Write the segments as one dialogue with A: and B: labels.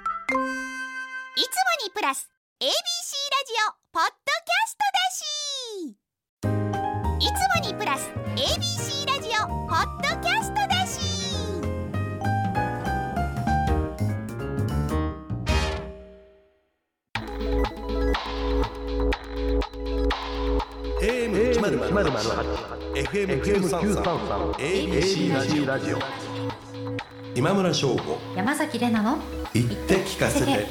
A: いつもにプラス ABC ラジオポッドキャストだしいつもにプラス ABC ラジオポッドキャストだし
B: AM908 FM933 ABC ラジオ今村翔吾
C: 山崎れなの
B: 言って聞かせて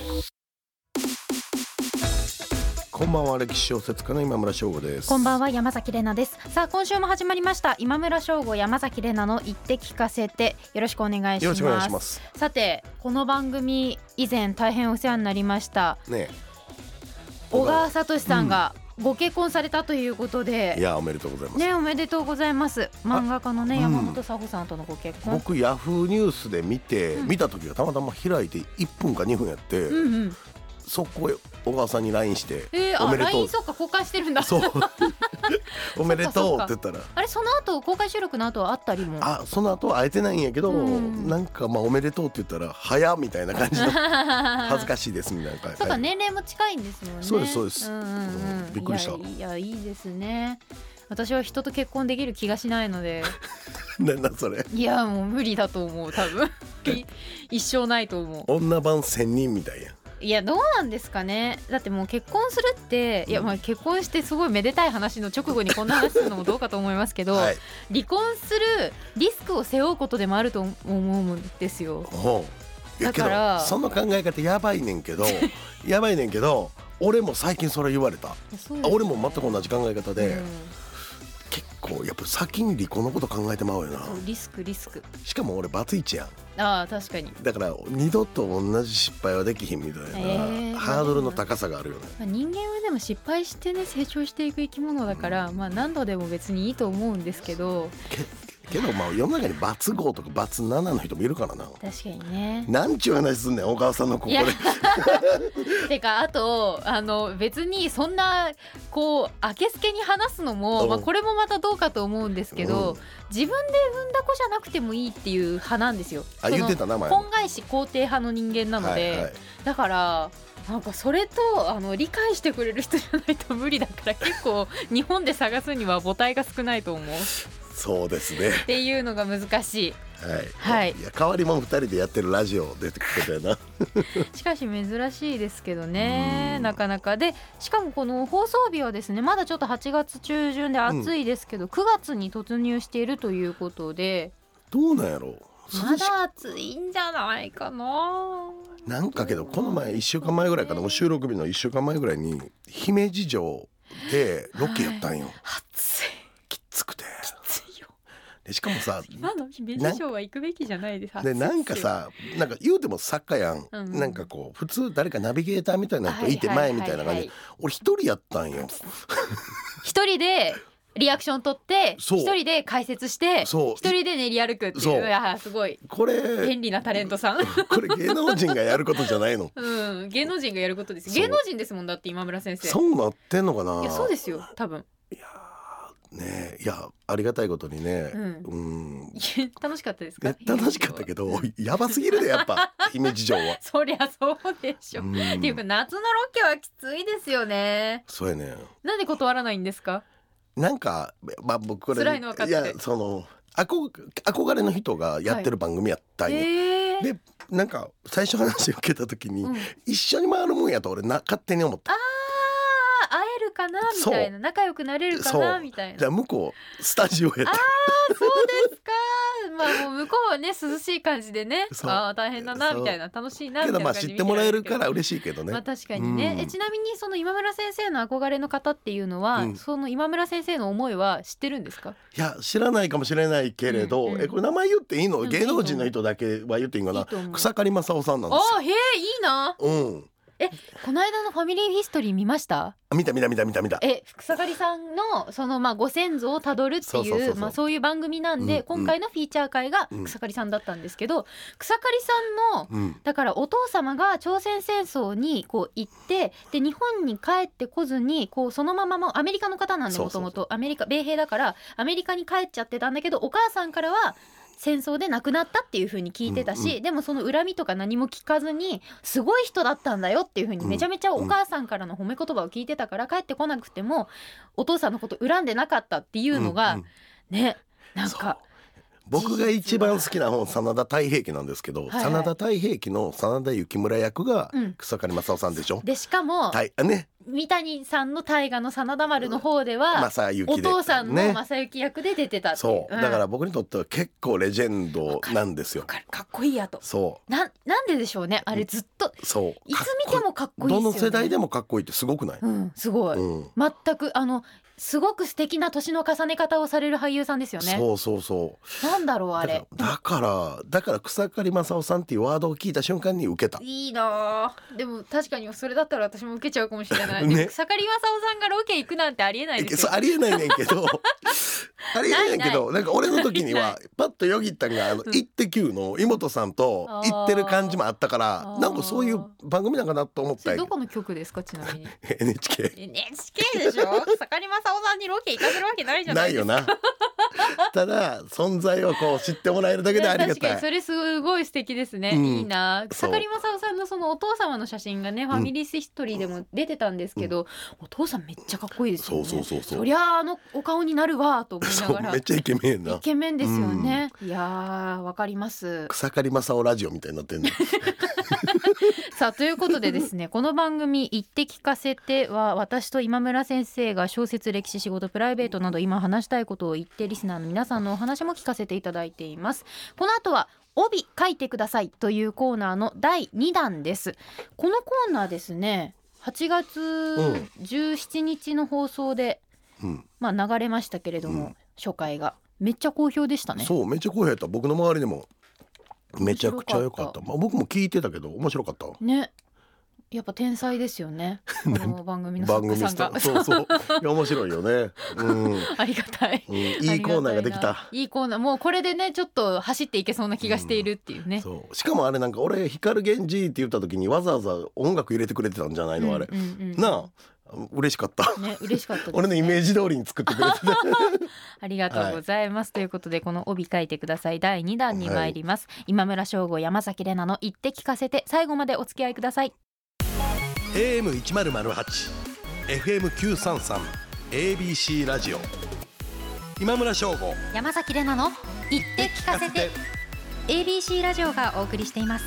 B: こんばんは歴史小説家の今村翔吾です
C: こんばん
B: は
C: は山崎れなですさあ今週も始まりました今村翔吾山崎れなの言って聞かせてよろしくお願いし
B: よろし
C: ます
B: くお願いします
C: さてこの番組以前大変お世話になりました
B: ね
C: 小川聡さんがご結婚されたということ
B: えい
C: で、
B: やおめでとうございます、
C: ねおめでとうございます漫画家のね
B: あ
C: 山本佐穂さんとのご結婚
B: 僕ヤフーニュースで見て、
C: うん
B: 見た時はたまたま開いて1分か2分やって、
C: うんうん
B: そこへ小川さんに LINE して
C: えー、
B: お
C: あ
B: めでとう
C: LINE そっか公開してるんだ
B: そう おめでとうって言ったら
C: あれその後公開収録の後はあったりも
B: あその後は会えてないんやけど、
C: うん
B: なんかまあおめでとうって言ったら早っみたいな感 じの 恥ず
C: か
B: かしいですみたいな感じ
C: そうか年齢も近いんですもんね。
B: そうですそうです
C: んうんうん
B: うんびっくりした
C: いやいやいいですね。私は人と結婚できる気がしない ので、
B: なんだそれ
C: いやもう無理だと思う多分。い一生ないと思う。
B: 女版千人みたいやん
C: いやどうなんですかね。だってもう結婚するっていやまあ結婚してすごいめでたい話の直後にこんな話するのもどうかと思いますけど、
B: はい
C: 離婚するリスクを背負うことでもあると思うんですよ。
B: ほういや
C: だから
B: けどその考え方やばいねんけどやばいねんけど俺も最近それ言われたあ俺も全く同じ考え方で、
C: うん
B: 結構やっぱ先に離婚のこと考えてまうよな
C: そうリスクリスク。
B: しかも俺バツイチやん
C: ああ確かに。
B: だから二度と同じ失敗はできひんみたいな、
C: えー
B: ハードルの高さがあるよね
C: まあ、人間はでも失敗してね成長していく生き物だから、まあ何度でも別にいいと思うんですけど
B: けどまあ世の中にバツ5とかバツ7の人もいるからな
C: 確かにね。
B: なんちゅう話すんねん小川さんのここ
C: い
B: で
C: やてかあとあの別にそんなこうあけすけに話すのも、
B: うん
C: まあ、これもまたどうかと思うんですけど、
B: うん
C: 自分で産んだ子じゃなくてもいいっていう派なんですよ。
B: あ
C: その
B: 言ってた名前
C: 婚外子肯定派の人間なので、
B: はいはい、
C: だからなんかそれとあの理解してくれる人じゃないと無理だから結構日本で探すには母体が少ないと思う。
B: そうですね
C: っていうのが難し
B: はい、
C: はい
B: や代わりも二人でやってるラジオ出てくことやな
C: いしかし珍しいですけど
B: う
C: ね
B: ん
C: なかなかでしかもこの放送日はですねまだちょっと8月中旬で暑いですけど、9月に突入しているということで
B: どうなんやろ
C: ま
B: 涼し
C: だ暑いんじゃないかな
B: なんかけどこの前一週間前ぐらいかなもう収録日の一週間前ぐらいに姫路城でロケやったんよ、
C: 暑い
B: きっつくて
C: 暑いよ
B: でしかもさ
C: 今の姫路城は行くべきじゃないです
B: でなんかさなんか言うても作家やん、
C: うん
B: なんかこう普通誰かナビゲーターみたいな人
C: 暑
B: いて前み
C: は
B: たいな感じ、
C: ははは
B: 俺一人やったんよ
C: 一人でリアクション取って
B: そう
C: 一人で解説して一
B: そう
C: 人で練り歩くって
B: そ
C: いうういやすごい
B: これ
C: 便利なタレントさん
B: これ芸能人がやることじゃないの
C: うん、芸能人がやることですよ
B: そう
C: 芸能人ですもんだって今村 先生
B: そうなってんのかない
C: やそうですよ多分、
B: いやーねえいやありがたいことにね
C: うん、
B: うん、
C: いや楽しかったですか
B: ね楽しかったけど
C: うん
B: やばすぎるでやっ ぱ姫路城は。
C: そりゃそうでしょ、
B: う
C: っ
B: ん
C: ていうか夏のロケはきついですよね
B: そうやね
C: なんで断らないんですか
B: なんかまあ僕これ
C: 辛いの分かって
B: やその憧憧れの人がやってる番組やったんよ、
C: えー
B: でなんか最初話を受けた時に、
C: うん、あー
B: 一緒に回るもんやと俺な勝手に思った
C: 会えるかなみたいな仲良くなれるか
B: そう
C: なみたいな
B: じゃあ向こうスタジオやった
C: そうですか。まあもう向こうはね涼しい感じでね。
B: そう
C: ああ大変だな
B: そう
C: みたいな楽しいなみ
B: け
C: た
B: どま
C: いな
B: あ
C: 感
B: 知
C: じ
B: っ
C: で
B: て
C: 見
B: もらえる
C: けど
B: から嬉しいけどね、
C: まあ確かにね、
B: うん
C: えちなみにその今村先生の憧れの方っていうのは、
B: うん
C: その今村先生の思いは知ってるんですか
B: いや知らないかもしれないけれど、
C: うんうん
B: えこれ名前言っていいの
C: うん
B: 芸能人の人だけは言っていいんか
C: いい
B: な
C: と思う
B: 草刈正雄さんなんで
C: あ
B: す
C: あへえいいな
B: ようん
C: この間の「ファミリーヒストリー」見ました
B: あ見た見た見た見た見た
C: え草刈さんのそのまあご先祖をたどるっていう
B: そうそうそうそう
C: まあ、そういう番組なんで、
B: うんうん
C: 今回のフィーチャー会が
B: うん
C: 草刈さんだったんですけど、草刈さんの
B: うん
C: だからお父様が朝鮮戦争にこう行ってで日本に帰ってこずにこうそのままもうアメリカの方なんで
B: そう
C: も
B: そ
C: と
B: う
C: もとアメリカ米兵だからアメリカに帰っちゃってたんだけどお母さんからは戦争で亡くなったっていう風に聞いてたし、
B: うん
C: でもその恨みとか何も聞かずにすごい人だったんだよっていう風にめちゃめちゃお母さんからの褒め言葉を聞いてたから帰ってこなくてもお父さんのこと恨んでなかったっていうのが、
B: うんうん
C: ねなんか
B: 僕が一番好きな本真田太平記なんですけど、
C: いはい
B: 真田太平記の真田幸村役が
C: うん
B: 草刈正雄さんでしょ、
C: でしかも、
B: たいあね
C: 三谷さんの大河の真田丸の方では、
B: 正幸で
C: お父さんの
B: ね
C: 正幸役で出てたってい
B: そう、
C: ん
B: だから僕にとっては結構レジェンドなんですよ
C: わかるかっこいいやと
B: そ
C: なんなんででしょうねあれずっと
B: うそう
C: いつ
B: かっ
C: 見
B: こい
C: て
B: い
C: もかっこいいですよ
B: ど
C: ね
B: の世代でもかっこいいってすごくない、
C: うんすごい、
B: うん
C: 全くあのすごく素敵な年の重ね方をされる俳優さんですよね
B: そうそうそう
C: なんだろうあれ
B: だからだからだから草刈正雄さんっていうワードを聞いた瞬間に受けた
C: いいなあでも確かにそれだったら私も受けちゃうかもしれない、
B: ね
C: でも草刈正雄さんがロケ行くなんてありえないです
B: そ
C: よ
B: うありえないねんけどありえないねんけどなんか俺の時に
C: ない
B: はパッとよぎったんが「あの
C: うん
B: イッテ Q!」の井本さんと
C: あー
B: 行ってる感じもあったから
C: あー
B: なんかそういう番組なんかなと思っ
C: そ
B: たんや
C: れど
B: けど
C: この局ですかちなみに
B: NHK
C: NHK でしょ草刈正雄さんにロケ行かせるわけないじゃ
B: な
C: ない
B: い
C: で
B: よ
C: すか
B: なただ存在をこう知ってもらえるだけでありが
C: いや確かに
B: たい
C: それすごい素敵ですね、
B: うん
C: いいな
B: そ
C: 草
B: う
C: 刈正雄さんのそのお父様の写真がね、ファミリーヒストリーでも出てたんですけど、お父さんめっちゃかっこいいですよ
B: そ
C: ね
B: うそうそうそ
C: そうりゃあのお顔になるわと思い な
B: そう
C: がら
B: めっちゃイケメンやん
C: イ
B: な
C: ケメンですよね、いやーわかります
B: 草刈正雄ラジオみたいになってんの
C: さあということでですねこの番組「言って聞かせて」は私と今村先生が小説歴史仕事プライベートなど今話したいことを言ってリスナーの皆さんのお話も聞かせていただいていますこの後は帯書いてくださいというコーナーの第2弾ですこのコーナーですね8月17日の放送で、
B: うん
C: まあ流れましたけれども、
B: うん
C: 初回がめっちゃ好評でしたね
B: そうめっちゃ好評やった僕の周りでもめちゃくちゃ良かった
C: 面白かった
B: まあ、僕も聞いてたけど面白かったわ
C: ねやっぱ天才です よねこの番組の
B: 番
C: 作家
B: 組
C: さ
B: ス
C: ん
B: タ
C: が
B: ッフそうそういや面白いよねうん、うん、
C: ありがた い。
B: いいコーナーができ
C: ありが
B: た
C: いないいコーナーもうこれでねちょっと走っていけそうな気がしているっていうね、
B: そうしかもあれなんか俺光源氏って言った時にわざわざ音楽入れてくれてたんじゃないのあれ、
C: うんうんうん
B: なあ嬉しかった
C: ね嬉しかったです、ね、
B: 俺のイメージ通りに作ってくれてた
C: ありがとうございます、ということでこの帯書いてください第2弾に参ります、今村翔吾山崎怜奈の言って聞かせて最後までお付き合いください
B: AM1008 FM933 ABC ラジオ今村翔吾
C: 山崎怜奈の言って聞かせて ABC ラジオがお送りしています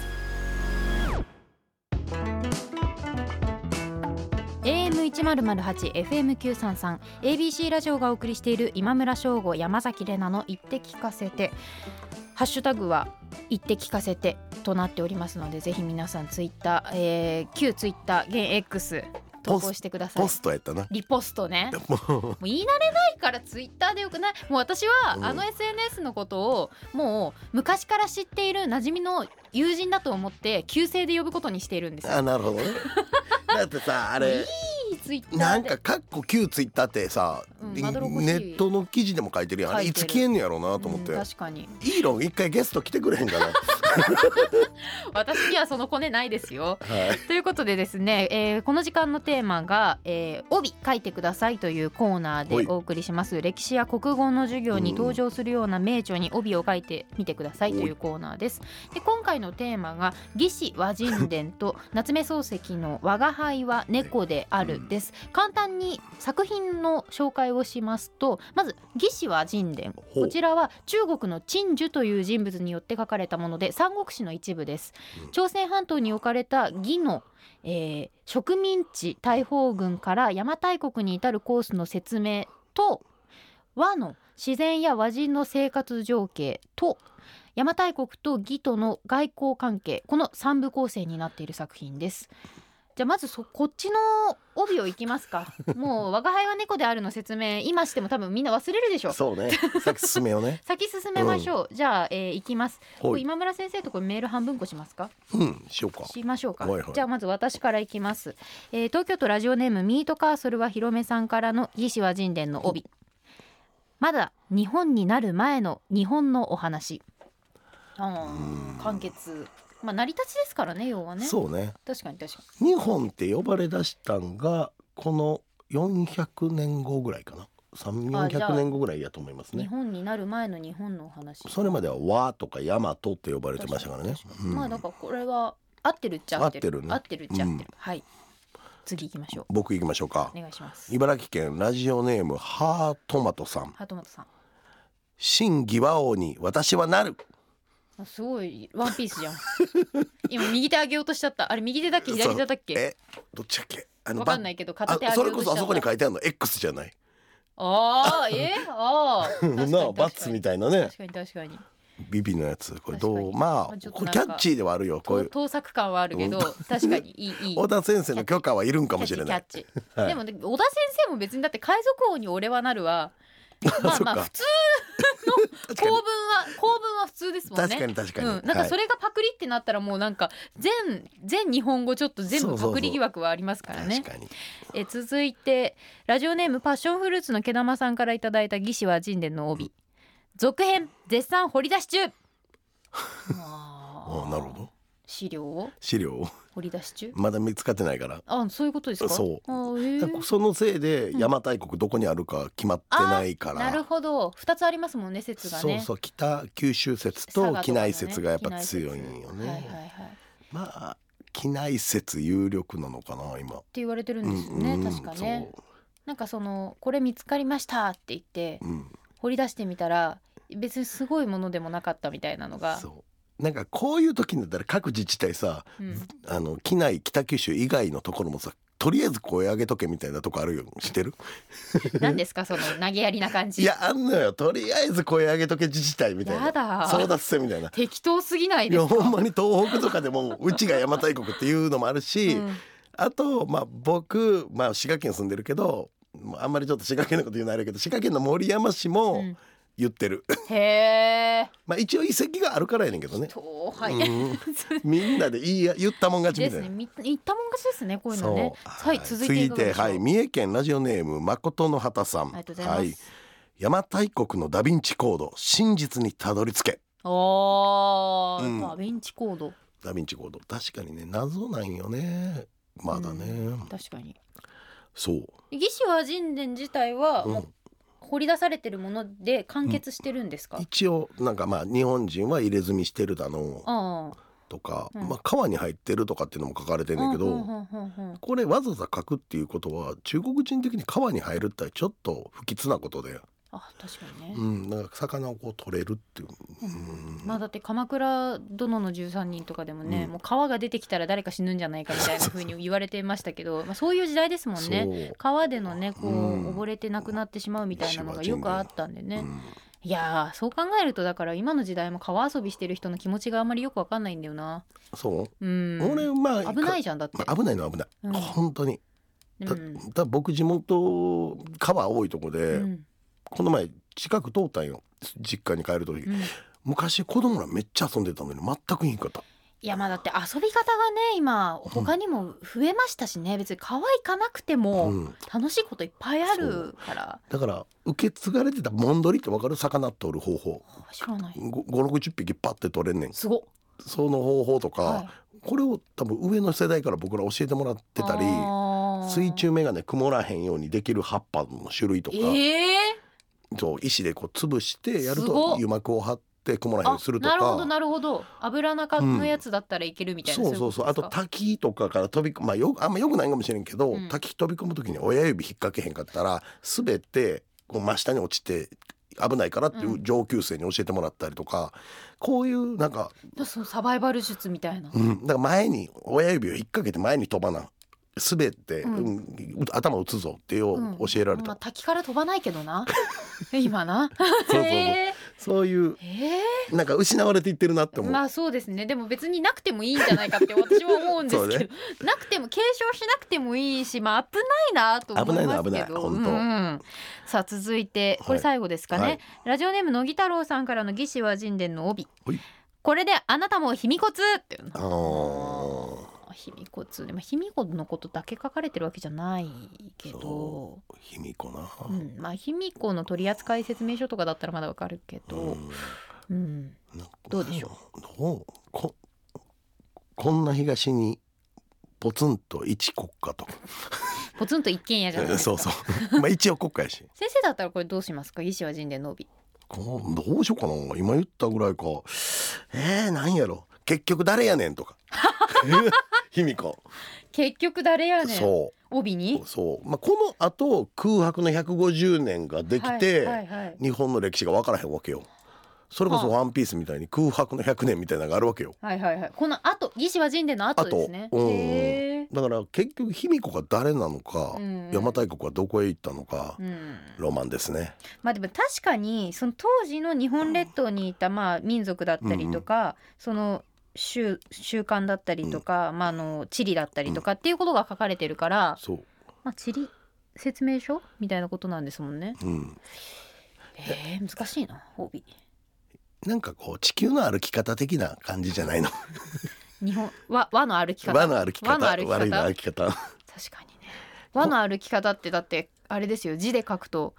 C: AM 一ゼロゼロ八 FM 九三三 ABC ラジオがお送りしている今村翔吾山崎怜奈の言って聞かせてハッシュタグは言って聞かせてとなっておりますのでぜひ皆さんツイッター、えー、旧ツイッター現 X 投稿してください
B: ポストやったな
C: リポストね
B: も
C: もう言い慣れないからツイッターでよくないもう私は
B: うん
C: あの SNS のことをもう昔から知っている馴染みの友人だと思って旧姓で呼ぶことにしているんです
B: う
C: よ
B: あなる ほどねだってさあれ
C: いいツイッターで
B: なんかかっこ旧ツイッターってさ、
C: うん
B: ネ
C: まどろっこしい
B: ットの記事でも書いてるやんあれ
C: 書
B: い
C: いて
B: つ
C: る
B: 消えんのやろうなと思って、
C: うん
B: イ
C: 確かに
B: ーロン一回ゲスト来てくれへん かな
C: 私にはそのコネないですよ
B: はい
C: ということでですね、えーこの時間のテーマが、えー帯書いてくださいというコー
B: は
C: ナーで
B: い
C: お送りします歴史や国語の授業に登場するような名著に帯を書いてみてくださいというコーナーですで今回のテーマが「魏志和人伝」 と夏目漱石の「我が輩は猫である」です簡単に作品の紹介をしますとまず「魏志和人伝」
B: ほう
C: こちらは中国の陳寿という人物によって書かれたもので三国志の一部です朝鮮半島に置かれた魏の、えー植民地大砲軍から邪馬台国に至るコースの説明と和の自然や和人の生活情景と邪馬台国と魏との外交関係この3部構成になっている作品です。じゃあまずそこっちの帯をいきますかもう「我が輩は猫である」の説明今しても多分みんな忘れるでしょ
B: そうねさっき進めようね
C: 先進めましょう、じゃあ、えーいきます
B: ほい
C: 今村先生とこれメール半分こしますか
B: うんしようか
C: しましょうか、
B: はいはい
C: じゃあまず私からいきます、えー東京都ラジオネームミートカーソルはひろめさんからの「義士は人伝」の帯まだ日本になる前の日本のお話あ
B: うん
C: ー完結まあ成り立ちですからね要はね
B: そうね
C: 確かに確かに
B: 日本って呼ばれ出したんがこの400年後ぐらいかな
C: あじゃあ
B: 3400年後ぐらいやと思います
C: 日
B: ね
C: 本になる前の日本のお話
B: それまでは和とか大和って呼ばれてましたからね
C: 確か、
B: う
C: に
B: ん
C: まあだからこれは合ってるっちゃ合って
B: 合って
C: る
B: るね
C: 合ってるっちゃ合ってる、
B: うん
C: はい次行きましょ
B: 僕行きましょうか
C: うお願いします
B: 茨城県ラジオネームハートマトさん
C: ハートマトさん
B: 「新義和王に私はなる
C: あすごいワンピースじゃん 今右手上げようとしちゃったあれ右手だっけ
B: そう
C: 左手だっ」け
B: えどっちだっけあ
C: わかんないけど片
B: あ
C: 手上げ
B: そ
C: よ
B: れ
C: うと
B: こ
C: しちゃ
B: そ
C: っ
B: あ
C: た
B: そこに書いてあるの X じゃない
C: ああえああ
B: なあバッツみ
C: い
B: たいなね
C: 確かに確かに
B: ビビのやつこれど
C: 確
B: う
C: かに
B: ま
C: まあち
B: あ
C: ょっと
B: これ
C: なん
B: キ
C: か
B: ャッチーではあるよこういう
C: 盗作感はあるけど確かにいい いい
B: 小田先生の許可はいるんかもしれない
C: キャッチキャッチ、
B: はい
C: でもね小田先生も別にだって海賊王に俺はなるはまあ
B: そっ
C: ま
B: か
C: あ普通
B: 確
C: 公
B: か
C: 文
B: に
C: は公文は普通ですもんね
B: 確かに確かに、
C: うん、なんかそ
B: れ
C: れがパクリってなったらもうなんか全全日本語ちょっと全部パクリ疑惑はありますからね
B: 確かに
C: え続いてラジオネームパッションフルーツの毛玉さんからいただいた「義士は神殿の帯」続編絶賛掘り出し中 あ
B: ああなるほど
C: 資料を
B: 資料を
C: 掘り出し中
B: まだ見つかってないから
C: あそういうことですか
B: そう
C: あーへー
B: そのせいで
C: うん
B: 邪馬台国どこにあるか決まってないから、
C: なるほど2つありますもんね説が
B: そう
C: ね
B: そう北九州説
C: 佐賀
B: と
C: とかね
B: 畿内説がやっぱ強いんよね、
C: はいはいはいっ
B: まあ畿内説有力なのかな今
C: て言われてるんですよね、
B: うんうん
C: 確かねなんかそのこれ見つかりましたって言って
B: そう,、うん、
C: 掘り出してみたら別にすごいものでもなかったみたいなのが
B: そうなんかこういう時になったら各自治体さ
C: うん
B: あの機内北九州以外のところもさとりあえず声上げとけみたいなとこあるよしてる
C: 何ですかその投げやりな感じ
B: いやあんのよとりあえず声上げとけ自治体みたい
C: や
B: な
C: だ
B: 争奪戦みたいな
C: 適当すぎない
B: い
C: で
B: や
C: すか
B: ほんまに東北とかでもうちが邪馬台国っていうのもあるし、
C: うん
B: あとまあ僕、まあ、滋賀県住んでるけどもうあんまりちょっと滋賀県のこと言うのあれやけど滋賀県の森山市
C: う
B: も
C: ん
B: 言ってる、
C: へえ
B: まあ一応遺跡があるからやねんけどね、
C: 遠はい、
B: うんみんなで言いや言ったもん勝ち
C: で
B: みた
C: す
B: い
C: ね
B: な。
C: み言ったもん勝ちですねこういうのね
B: そう
C: はい続いていかがでしょう
B: はい、三重県ラジオネーム誠の畑さん。
C: ありがとうございます、
B: はい、邪馬台国のダヴィンチコード、真実にたどり着け。
C: あー、
B: うん
C: まあベンチコード
B: ダヴィンチコード、確かにね、謎なんよね。まだね。
C: 確かに
B: そう。
C: 魏志倭人伝自体は、
B: う
C: もうん掘り出されてるもので完結してるんですか、
B: 一応なんかまあ日本人は入れ墨してるだの
C: ああ
B: とか、
C: うん
B: まあ川に入ってるとかっていうのも書かれてんだけど、
C: うんうんうんうんうん
B: これわざわざ書くっていうことは中国人的に川に入るってちょっと不吉なことで、
C: あ確かにね、
B: うん、なんか魚をこう取れるっていう、
C: う
B: うん
C: まあだって鎌倉殿の13人とかでもね、
B: うん
C: もう川が出てきたら誰か死ぬんじゃないかみたいな風に言われてましたけど、まあそういう時代ですもんね。
B: そう
C: 川でのねこう、
B: うん
C: 溺れて亡くなってしまうみたいなのがよくあったんでね、
B: うん
C: いやーそう考えるとだから今の時代も川遊びしてる人の気持ちがあんまりよくわかんないんだよな
B: そうう、
C: ん
B: 俺まあ
C: 危ない
B: い、
C: じゃんだって、
B: まあ、危ないのは危ない、
C: うん
B: 本当にた,、
C: うん
B: だ僕地元川多いとこで、
C: うん
B: この前近く通ったんよ実家に帰る時、
C: うん
B: 昔子供らめっちゃ遊んでたのに全くいいんかった
C: いやまあだって遊び方がね今他にも増えましたしね別に川行かなくても
B: うん、
C: 楽しいこといっぱいあ
B: そ
C: るから、
B: だから受け継がれてたモンドリって分かる魚取る方法
C: 知らない
B: 560匹パッて取れんねん
C: すごっ
B: その方法とか、
C: はい
B: これを多分上の世代から僕ら教えてもらってたり
C: あー
B: 水中眼鏡曇らへんようにできる葉っぱの種類とか、
C: ええ
B: そう石でこう潰してやる
C: すご
B: と
C: っ
B: 油膜を張って曇らへんよう
C: あ
B: にすると
C: なるほど
B: か。
C: なるほど油中のやつだったらいけるみたいな、
B: そうそうそうあと滝とかから飛び込むまあよくあんまよくないかもしれんけど、
C: うん
B: 滝飛び込む時に親指引っ掛けへんかったら滑ってこう真下に落ちて危ないからっていう上級生に教えてもらったりとか、こういうなんか、
C: とそのサバイバル術みたいな、
B: うん、だから前に親指を引っ掛けて前に飛ばな滑って、
C: う
B: うんん頭打つぞってよ
C: うん
B: 教えられた、
C: まあ滝から飛ばないけど な今な
B: そうそうそう
C: え
B: そういう
C: ーえ
B: なんか失われていってるなって
C: ー
B: 思う、
C: まあそうですねでも別になくてもいいんじゃないかって私は思うんですけど、
B: そうね
C: なくても継承しなくてもいいしまあ危ないなと思いますけ
B: 危
C: ど
B: ないな危ない本当
C: んさあ続いてこれ最後ですかね、
B: はい
C: ラジオネーム乃木太郎さんからの「義士は神殿の帯
B: はい」
C: これであなたも卑弥呼通っていうの
B: あー
C: 卑弥呼通でも卑弥呼のことだけ書かれてるわけじゃないけど
B: そ、卑弥呼な、
C: うん、まあ卑弥呼の取扱説明書とかだったらまだわかるけ
B: う
C: ど、
B: ん
C: うん、
B: なんか
C: どうでしょ
B: どうここんな東にポツンと一国家と
C: ポツンと一軒家じゃないですか
B: そう そうまあ一応国家やし
C: 先生だったらこれどうしますか義士は神殿の帯
B: こうどうしようかな今言ったぐらいかえー、なんやろ結局誰やねんと か卑弥呼
C: 結局誰やねん
B: そ
C: 帯に
B: うそう、まあ、このあと空白の150年ができて、
C: はいはいはい
B: 日本の歴史が分からへんわけよそれこそ「
C: は
B: ワンピースみたいに空白の100年みたいなのがあるわけよ
C: はいはいはいこの後義士は神殿の後ですね
B: 後うん
C: へ
B: だから結局卑弥呼が誰なのか、
C: うん
B: 邪馬台国はどこへ行ったのか、
C: ーうん
B: ロマンですね
C: まあでも確かにその当時の日本列島にいたまあ民族だったりとか、その習習慣だったりとか、まあ、あの地理だったりとかっていうことが書かれてるから、
B: そう
C: まあ、地理説明書みたいなことなんですもんね。
B: うん
C: えー、難しいな帯
B: なんかこう地球の歩き方的な感じじゃないの
C: 日本和和の歩き方
B: 和の歩き方
C: 和の歩き方
B: 悪いの歩き方
C: 確かにね和の歩き方ってだってあれですよ字で書くと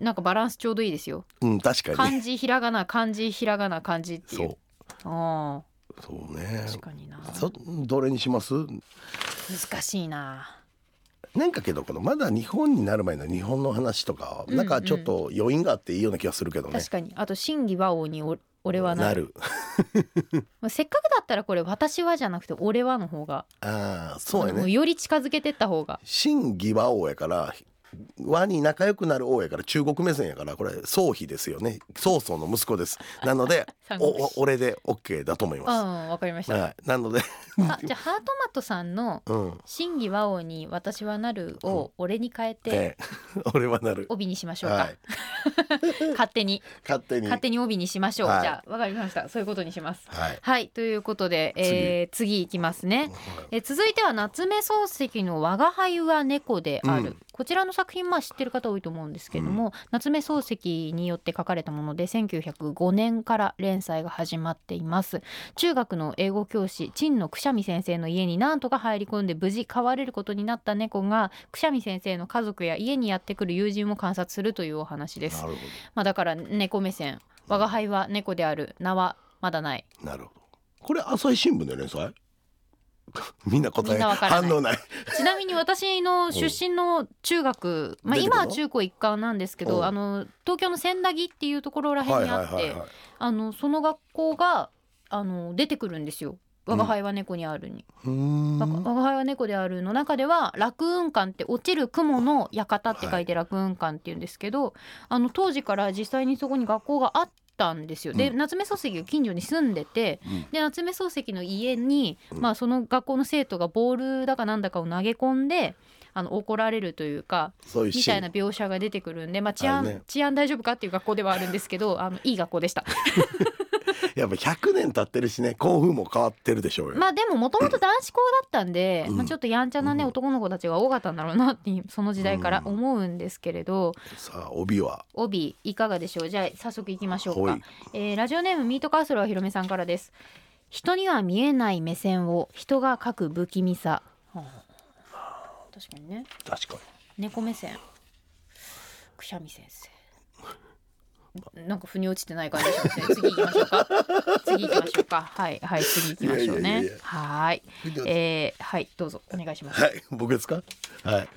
C: なんかバランスちょうどいいですよ
B: うん確かに
C: 漢字ひらがな漢字ひらがな漢字ってい
B: そうう
C: あ
B: そう
C: あ
B: ね
C: 確かにな
B: そどれにします
C: 難しいな
B: なんかけどこのまだ日本になる前の日本の話とかは
C: うん
B: なんかちょっと余韻があっていいような気がするけどね、
C: 確かにあと真偽和王にお俺はな
B: な
C: る
B: る
C: まあせっかくだったらこれ私はじゃなくて俺はの方が
B: ああそうや
C: もう
B: ね
C: より近づけてった方が
B: 真偽和王やから和に仲良くなる王やから中国目線やからこれ宗妃ですよね曹操の息子ですなので
C: 三
B: お
C: 国志
B: お俺で OK だと思い
C: うん
B: ま
C: わかりまし
B: す
C: た
B: はいなので
C: あじゃあハートマトさんの
B: うん
C: 「真偽和王に私はなる」を俺に変えて
B: ええ 俺はなる
C: 帯にしましょうか、
B: はい
C: 勝手に
B: 勝手に
C: 勝手に帯にしましょう、
B: はい
C: じゃあわかりましたそういうことにします
B: はい
C: はいということで、えー、次いきますねえー続いては夏目漱石の「我が輩は猫である」
B: うん
C: こちらの作品まあ知ってる方多いと思うんですけども、夏目漱石によって書かれたもので1905年から連載が始まっています中学の英語教師陳のくしゃみ先生の家になんとか入り込んで無事飼われることになった猫がくしゃみ先生の家族や家にやってくる友人を観察するというお話です
B: なるほ
C: まあ、だから猫目線我が輩は猫である名はまだない
B: どなるほどこれ 朝日新聞で連載みんな答
C: み
B: え
C: んなわからない
B: 反応ない
C: ちなみに私の出身の中学、まあ、
B: 出てくる
C: 今
B: の
C: は中高一貫なんですけ
B: う
C: ど
B: ん
C: あの東京の千駄木っていうところらへんにあって、
B: い
C: あのその学校があの出てくるんですよ「我が輩は猫にあるに」
B: うーん
C: わ我が輩は猫である」の中では「落雲館」って落ちる雲の館って書いて「落雲館」っていうんですけど、あの当時から実際にそこに学校があったんですよ。で
B: う
C: 夏目漱石が近所に住んでて、
B: うん
C: で夏目漱石の家に、
B: うん
C: まあ、その学校の生徒がボールだかなんだかを投げ込んであの怒られるというか
B: そういう
C: み
B: シ
C: た
B: ー
C: い
B: ン
C: な描写が出てくるんで、まあ、治安、
B: あるね
C: 治安大丈夫かっていう学校ではあるんですけどあのいい学校でした
B: やっぱ100年経ってるしね校風も変わってるでしょうよ、
C: まあでももともと男子校だったんで、
B: うん
C: まあ、ちょっとやんちゃなね、
B: うん
C: 男の子たちが多かったんだろうなってその時代から思うんですけれど、
B: さあ帯は
C: 帯いかがでしょうじゃあ早速いきましょう
B: ほ
C: か
B: い、
C: えーラジオネームミートカーソルはひろめさんからです人には見えない目線を人が描く不気味さ、確かにね
B: 確かに
C: 猫目線くしゃみ先 生なんか腑に落ちてない感じしますね次行きましょう か次行きましょうかはいはい次行きましょうね
B: いやいやいやいや
C: はー
B: 腑
C: い
B: に落ち
C: えー、はいどうぞお願い します
B: はい僕ですかはい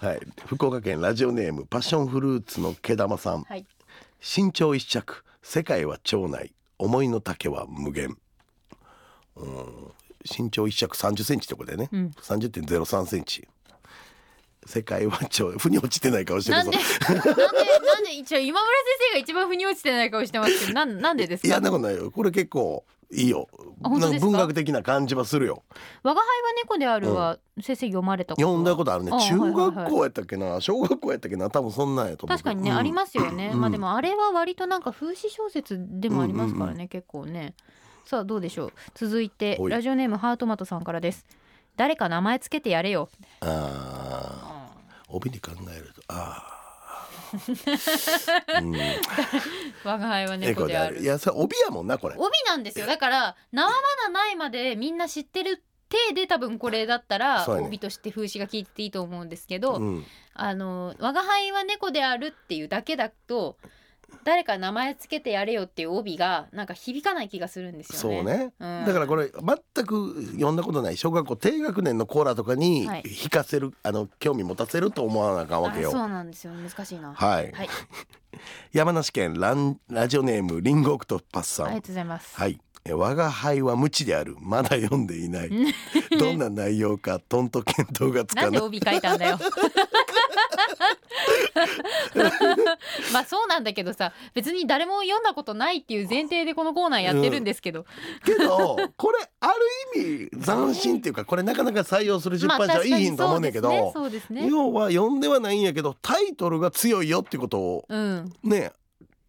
B: はい福岡県ラジオネームパッションフルーツの毛玉さん、
C: はい
B: 身長一尺世界は町内思いの丈は無限うん身長一尺三十センチってことでね
C: うん
B: 三十点ゼロ三センチ世界は町 腑に落ちてない顔してる
C: なん
B: ぞ
C: でなんでなんで一応今村先生が一番腑に落ちてない顔してますけどなんなんでですか
B: いやでもないよこれ結構いいよ
C: あ本当
B: なん
C: で
B: か
C: すか
B: 文学的な感じはするよ
C: 我が輩は猫であるは、先生読まれたことは
B: 読んだことあるね
C: あ
B: 中
C: はい
B: 学
C: はいは
B: 校やったっけな小学校やったっけな多分そんなんやと思う
C: 確かにね、ありますよね、
B: うん
C: まあでもあれは割となんか風刺小説でもありますからね、
B: うんうん
C: 結構ねさあどうでしょう続いて
B: ほい
C: ラジオネームハートマトさんからです誰か名前つけてやれよ
B: すあー帯に考えるとあ あ、うん、
C: 我が輩は猫である
B: いやそれ帯やもんなこれ
C: 帯なんですよだから名はまだないまでみんな知ってる体で多分これだったら、
B: そうやね
C: 帯として風刺が効いてていいと思うんですけど、
B: うん
C: あの我が輩は猫であるっていうだけだと誰か名前つけてやれよっていう帯がなんか響かない気がするんです
B: そ
C: よ
B: う
C: ね。
B: ね、
C: うん
B: だからこれ全く読んだことない小学校低学年のコーラとかに
C: はい
B: 引かせる、あの興味持たせると思わなあかんわけ
C: あ
B: よ
C: そうなんですよ難しいな。
B: はい、
C: はい
B: 山梨県ランラジオネームリンゴオクトパスさ
C: あ
B: ん
C: りがとうございます。
B: はい。え我が輩は無知である。まだ読んでい ない。どんな内容か、とんと見当がつ
C: な
B: か
C: んで
B: ない。
C: 帯書いたん だよ。まあそうなんだけどさ別に誰も読んだことないっていう前提でこのコーナーやってるんですけど、
B: けど、これ、ある意味、斬新っていうか、これなかなか採用する出
C: まあ
B: 版社はいいヒント思うねんだけど、
C: そうですねそうですね。
B: 要は読んではないんやけど、タイトルが強いよってことを、
C: うん、
B: ね、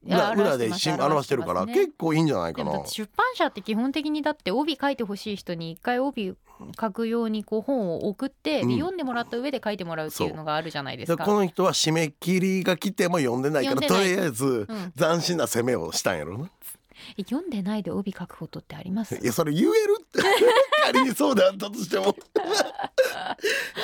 C: いや
B: 裏裏で
C: 表して
B: し
C: ます
B: 表してるから、
C: 表してますね
B: 結構いいんじゃないか
C: でも
B: な
C: だって。出版社って基本的にだって帯書いてほしい人に一回帯書くようにこう本を送って、で
B: うん
C: 読んでもらった上で書いてもらうっていうのがあるじゃないです
B: で
C: か。
B: この人は締め切りが来ても読んでないから、
C: 読んで
B: と
C: ない
B: りあえず、
C: うん、
B: 斬新な攻めをしたんやろな。
C: 読んでないで帯書くことってあります
B: いやそれ言えるって 仮にそうであったとしても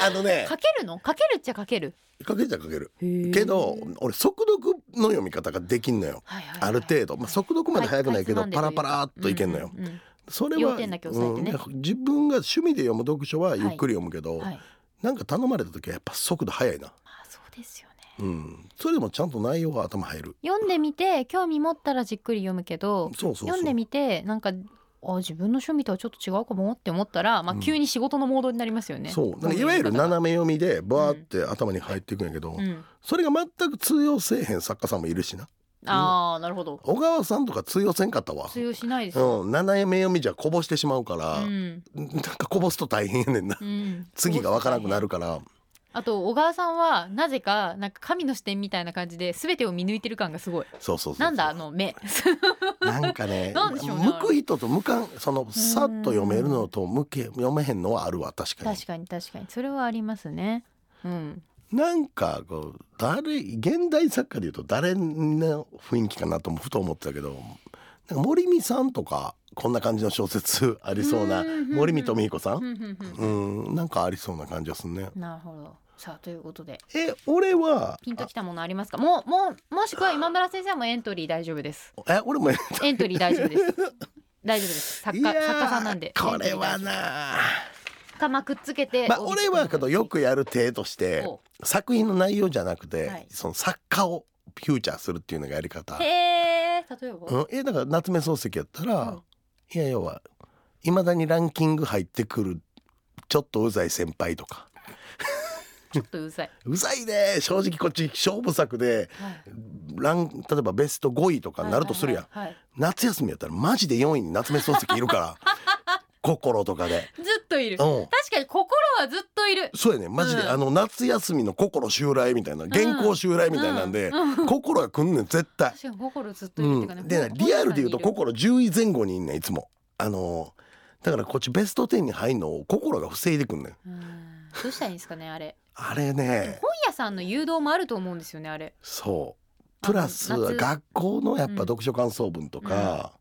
B: あのね
C: 書けるの書けるっちゃ書ける
B: かけちゃかけるけ
C: け
B: ど俺速読の読み方ができんのよ
C: はいはいはい
B: ある程度、まあ、速読まで速くないけど、
C: かいつま
B: パ
C: んで
B: ラパラっといけんのよ、
C: ううんうん
B: それ
C: 要
B: は、
C: 点だけ押さえてね
B: うん自分が趣味で読む読書はゆっくり読むけど、
C: はい、
B: なんか頼まれた時はやっぱ速度速いな、
C: まあそうですよね
B: うん、それでもちゃんと内容は頭入る
C: 読んでみて興味持ったらじっくり読むけど
B: そうそうそう
C: 読んでみてなんかあ自分の趣味とはちょっと違うかもって思ったら、まあ、急に仕事のモードになりますよね。
B: そうだからいわゆる
C: 本の
B: 斜め読みでバーって頭に入っていくんやけど、
C: 読み方が、
B: それが全く通用せえへん作家さんもいるしな
C: うん、ああなるほど
B: 小川さんとか通用せんかったわ。
C: 通用しないです
B: う
C: よ。
B: ん、斜め読みじゃこぼしてしまうか
C: う
B: ら、
C: ん
B: なんかこぼすと大変やねんな、
C: うん、
B: 次がわからなくなるから
C: あと小川さんはなぜかなんか神の視点みたいな感じで全てを見抜いてる感がすごい
B: そうそうそうそう
C: なんだあ の目
B: なんかね
C: なんでしょうね
B: 向く人と向かんそのさっと読めるのと向け読めへんのはあるわ確かに
C: 確かに確かにそれはありますねうん
B: なんかこう誰現代作家でいうと誰の雰囲気かなともふと思ってたけどなんか森美さんとかこんな感じの小説ありそうな
C: うんうんうんうん
B: 森美智彦さ
C: ふ
B: ん
C: んふんふん
B: うんなんかありそうな感じがするね
C: なるほどさあということで
B: え俺は
C: ピンときたものありますかもうもうもしくは今村先生もエントリー大丈夫 です
B: え俺も
C: エントリー大丈夫です大丈夫です作家
B: いやー
C: 作家さんなんで
B: これはな
C: かまくっつけて、
B: まあ俺はけどよくやる体として
C: お
B: 作品の内容じゃなくて、
C: はい
B: その作家をフューチャーするっていうのがやり方
C: へ、え例えば、
B: うん、えだから夏目漱石やったら、
C: うん
B: いや要はいまだにランキング入ってくるちょっとうざい先輩とか
C: ちょっとうざい、
B: うざいね正直こっち勝負作で
C: はい
B: ラン例えばベスト5位とかなるとするやん、
C: はいはいはい
B: 夏休みやったらマジで4位に夏目漱石いるから 心とかで。
C: ずっといる
B: う
C: 確
B: ん
C: かに心はずっといる
B: そうやねマジで、
C: うん
B: あの夏休みの心襲来みたいな原稿襲来みたいなんで、
C: うんうん
B: 心が来んねん絶対
C: 確、かに心ずっといるっていうかね、
B: うん、で
C: 心の中にい
B: リ
C: る
B: アルで言うと心10位前後にいんねんいつもあのーだからこっちベスト10に入んのを心が防いでくんねん
C: うんどうしたらいいんですかねあれ
B: あれね
C: 本屋さんの誘導もあると思うんですよねあれ
B: そうプラス
C: あの夏
B: 学校のやっ
C: うん
B: ぱ読書感想文とか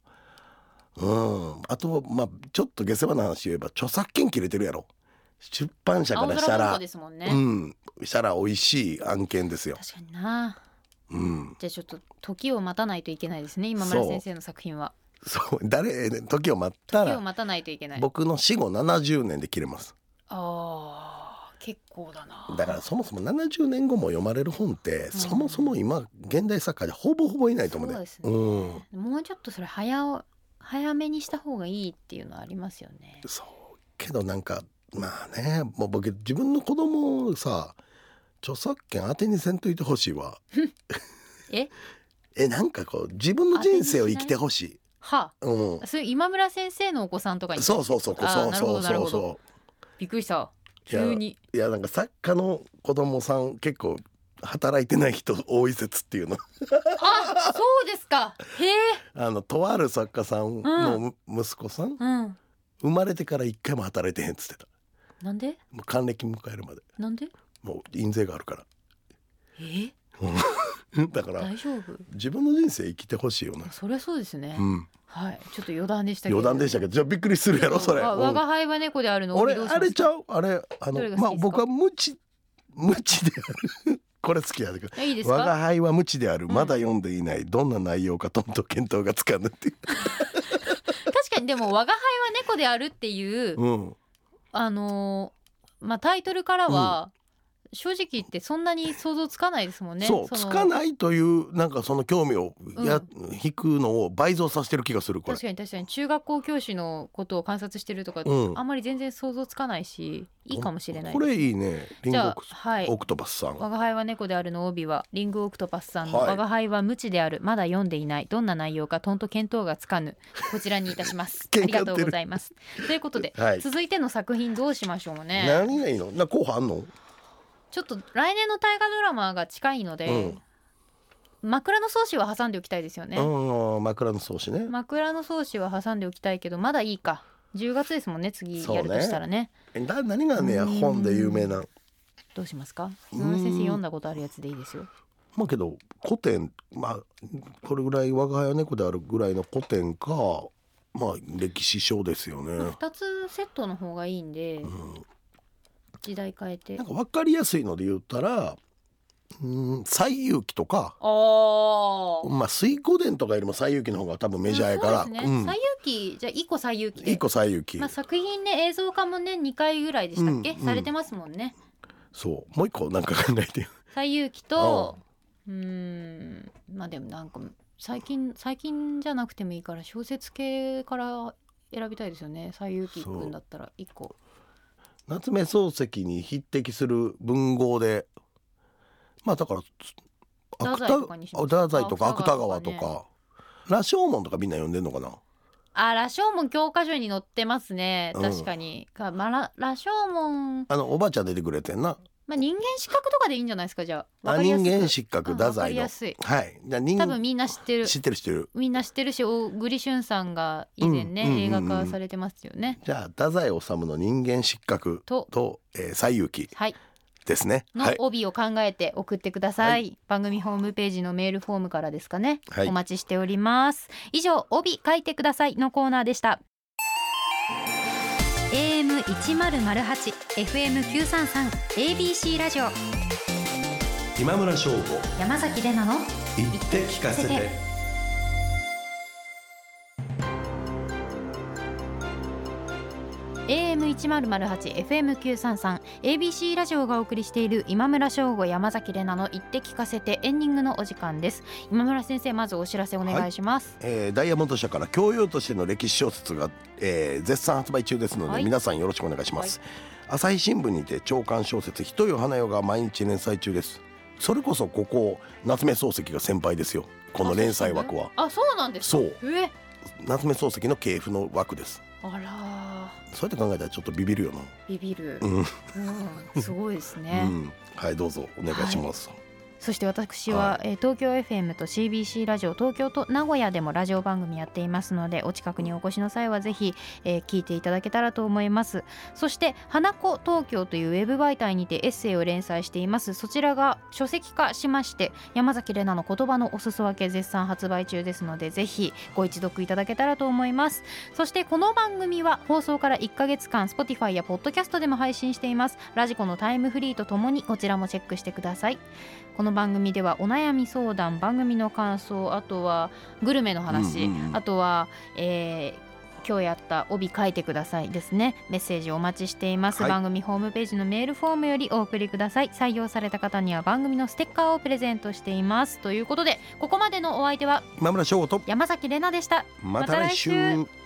B: うん、あとまあちょっと下世話な話言えば著作権切れてるやろ出版社か
C: 青
B: ら
C: 空
B: した
C: 文庫
B: ら、
C: ですもんね、
B: うんしたら美味しい案件ですよ
C: 確かにな
B: うん
C: じゃあちょっと時を待たないといけないですね今村先生の作品は
B: そう誰時を待った
C: 時を
B: ら
C: 待たないといけない
B: 僕の死後70年で切れます
C: あー結構だな
B: だからそもそも70年後も読まれる本って、
C: ん
B: そもそも今現代作家でほぼほぼいないと思うね
C: そうですね
B: うん
C: もうちょっとそれ早お早めにした方がいいっていうのはありますよね
B: そうけどなんかまあねもう僕自分の子供をさ著作権当てにせんといてほしいわ
C: え
B: えなんかこう自分の人生を生きてほしい
C: は
B: うん
C: あそれ今村先生のお子さんとかに
B: そうそうそう
C: あー
B: そうそう
C: なる
B: そ
C: ほ
B: う
C: どな
B: そ
C: びっくりした
B: いや
C: 急に
B: ういやなんか作家の子供さん結構働いてない人多い説っていうの
C: あそうですかへえ
B: あのとある作家さんのむ、息子さん
C: うん
B: 生まれてから一回も働いてへんっつってた
C: なんで
B: もう還暦迎えるまで
C: なんで
B: もう印税があるから
C: え
B: うんだから
C: 大丈夫
B: 自分の人生生きてほしいよな、
C: そりゃそうですね、
B: うん、
C: はいちょっと余談でしたけど
B: 余談でしたけどじゃあびっくりするやろそれ、
C: わ
B: う
C: 我
B: ん
C: が輩は猫であるの
B: 俺あれち
C: ゃ
B: ゃうあれあ
C: どれ
B: の
C: が好きですか
B: まあ僕は無知無知で これ好きやでけど
C: えいいです
B: 我
C: か
B: が輩は無知であるまだ読んでいない、どんな内容かとんと見当がつかぬっていう、
C: 確かにでも「我が輩は猫である」っていう、
B: うん、
C: あのーまあタイトルからは、正直言ってそんなに想像つかないですもんね
B: そう
C: の
B: つかないというなんかその興味をや、引くのを倍増させてる気がするこれ
C: 確かに確かに中学校教師のことを観察してるとか、
B: うん
C: あんまり全然想像つかないしいいかもしれない
B: これいいねリン
C: じ
B: ゴ
C: ゃ
B: オ
C: あ
B: クス
C: はい
B: オクトパスさん
C: 我が輩は猫であるの帯はリングオクトパスさんの「
B: はい
C: 我が輩は無知であるまだ読んでいないどんな内容かとんと見当がつかぬ」こちらにいたしま すあ
B: 喧嘩売
C: り
B: ってる
C: がとうございますということで、
B: はい
C: 続いての作品どうしましょうね
B: 何がいいのな候補あんの
C: ちょっと来年の大河ドラマが近いので、枕草子は挟んでおきたいですよね、
B: うん枕草子ね
C: 枕草子は挟んでおきたいけどまだいいか10月ですもんね次やるとしたらね
B: だ何がね
C: うん
B: 本で有名な
C: どうしますか井
B: うん
C: 上先生読んだことあるやつでいいですよ
B: まあけど古典まあこれぐらい我が輩は猫であるぐらいの古典かまあ歴史書ですよね、
C: 2つセットの方がいいんで
B: うん、
C: 時代変えて
B: なんか分かりやすいので言ったら「うん西遊記」とか
C: あ
B: 「
C: ー
B: まあ、水湖伝」とかよりも西遊記の方が多分メジャーやから、
C: そうですね
B: うん
C: 西遊記じゃあ一個西遊記で
B: 一個西遊記、
C: まあ、作品ね映像化もね2回ぐらいでしたっけ、
B: うんうん
C: されてますもんね
B: そうもう一個なんか考えて
C: 西遊記とうーんまあでもなんか最近最近じゃなくてもいいから小説系から選びたいですよね西遊記くんだったら1個
B: 夏目漱石に匹敵する文豪でまあだから
C: 太宰とかにします
B: 太宰とか
C: あ
B: 芥川と
C: 芥川
B: か羅生門とかみんな読んでんのかな
C: あ羅生門教科書に載ってますね
B: うん
C: 確かに、かまあら羅生門、
B: あのおばあちゃん出てくれてんな
C: まあ、人間失格とかでいいんじゃないですかじゃあわ
B: あ
C: かりや
B: 人
C: すく
B: 間失格
C: うん
B: 太
C: わか
B: 宰
C: り
B: の
C: やすい
B: はいじゃあ人
C: 多分みんな知ってる
B: 知ってる知ってる
C: みんな知ってるし小栗旬さんが以前ね、
B: うんうんうん
C: 映画化されてますよね。
B: じゃあ太宰治の人間失格
C: と
B: と、えー、西遊記
C: はい、
B: ですねは
C: の
B: い
C: 帯を考えて送ってください、
B: は
C: 番組ホームページのメールフォームからですかね、
B: はい
C: お待ちしております以上帯書いてくださいのコーナーでした AM 一ゼロゼ八 FM 九三三 ABC ラジオ
B: 今村翔吾
C: 山崎れなの
B: 言って聞か
C: せてAM1008 FM933 ABC ラジオがお送りしている今村翔吾山崎れなの言って聞かせてエンディングのお時間です今村先生まずお知らせお願いします、
B: えーダイヤモンド社から教養としての歴史小説が、えー絶賛発売中ですので、
C: はい
B: 皆さんよろしくお願いします、朝日新聞にて長官小説「ひとよ花よ」が毎日連載中ですそれこそここ夏目漱石が先輩ですよこの連載枠は
C: あそうなんですか
B: そう
C: え
B: 夏目漱石の系譜の枠です
C: あ
B: そうやって考えたらちょっとビビるよな
C: らビビる、
B: うん、
C: うんすごいですね、
B: うん、はいどうぞお願いします、
C: そして私は、
B: は
C: えー東京 FM と CBC ラジオ東京と名古屋でもラジオ番組やっていますのでお近くにお越しの際はぜひ、えー聞いていただけたらと思いますそして「花子東京」というウェブ媒体にてエッセイを連載していますそちらが書籍化しまして山崎怜奈の言葉のお裾分け絶賛発売中ですのでぜひご一読いただけたらと思いますそしてこの番組は放送から1ヶ月間 Spotify や Podcast でも配信していますラジコのタイムフリーとともにこちらもチェックしてくださいこの番組ではお悩み相談番組の感想あとはグルメの話、
B: うんうんうん
C: あとは、えー今日やった帯書いてくださいですねメッセージお待ちしています、
B: はい
C: 番組ホームページのメールフォームよりお送りください採用された方には番組のステッカーをプレゼントしていますということでここまでのお相手は
B: 今村翔吾と
C: 山崎れなでした
B: また来週
C: また来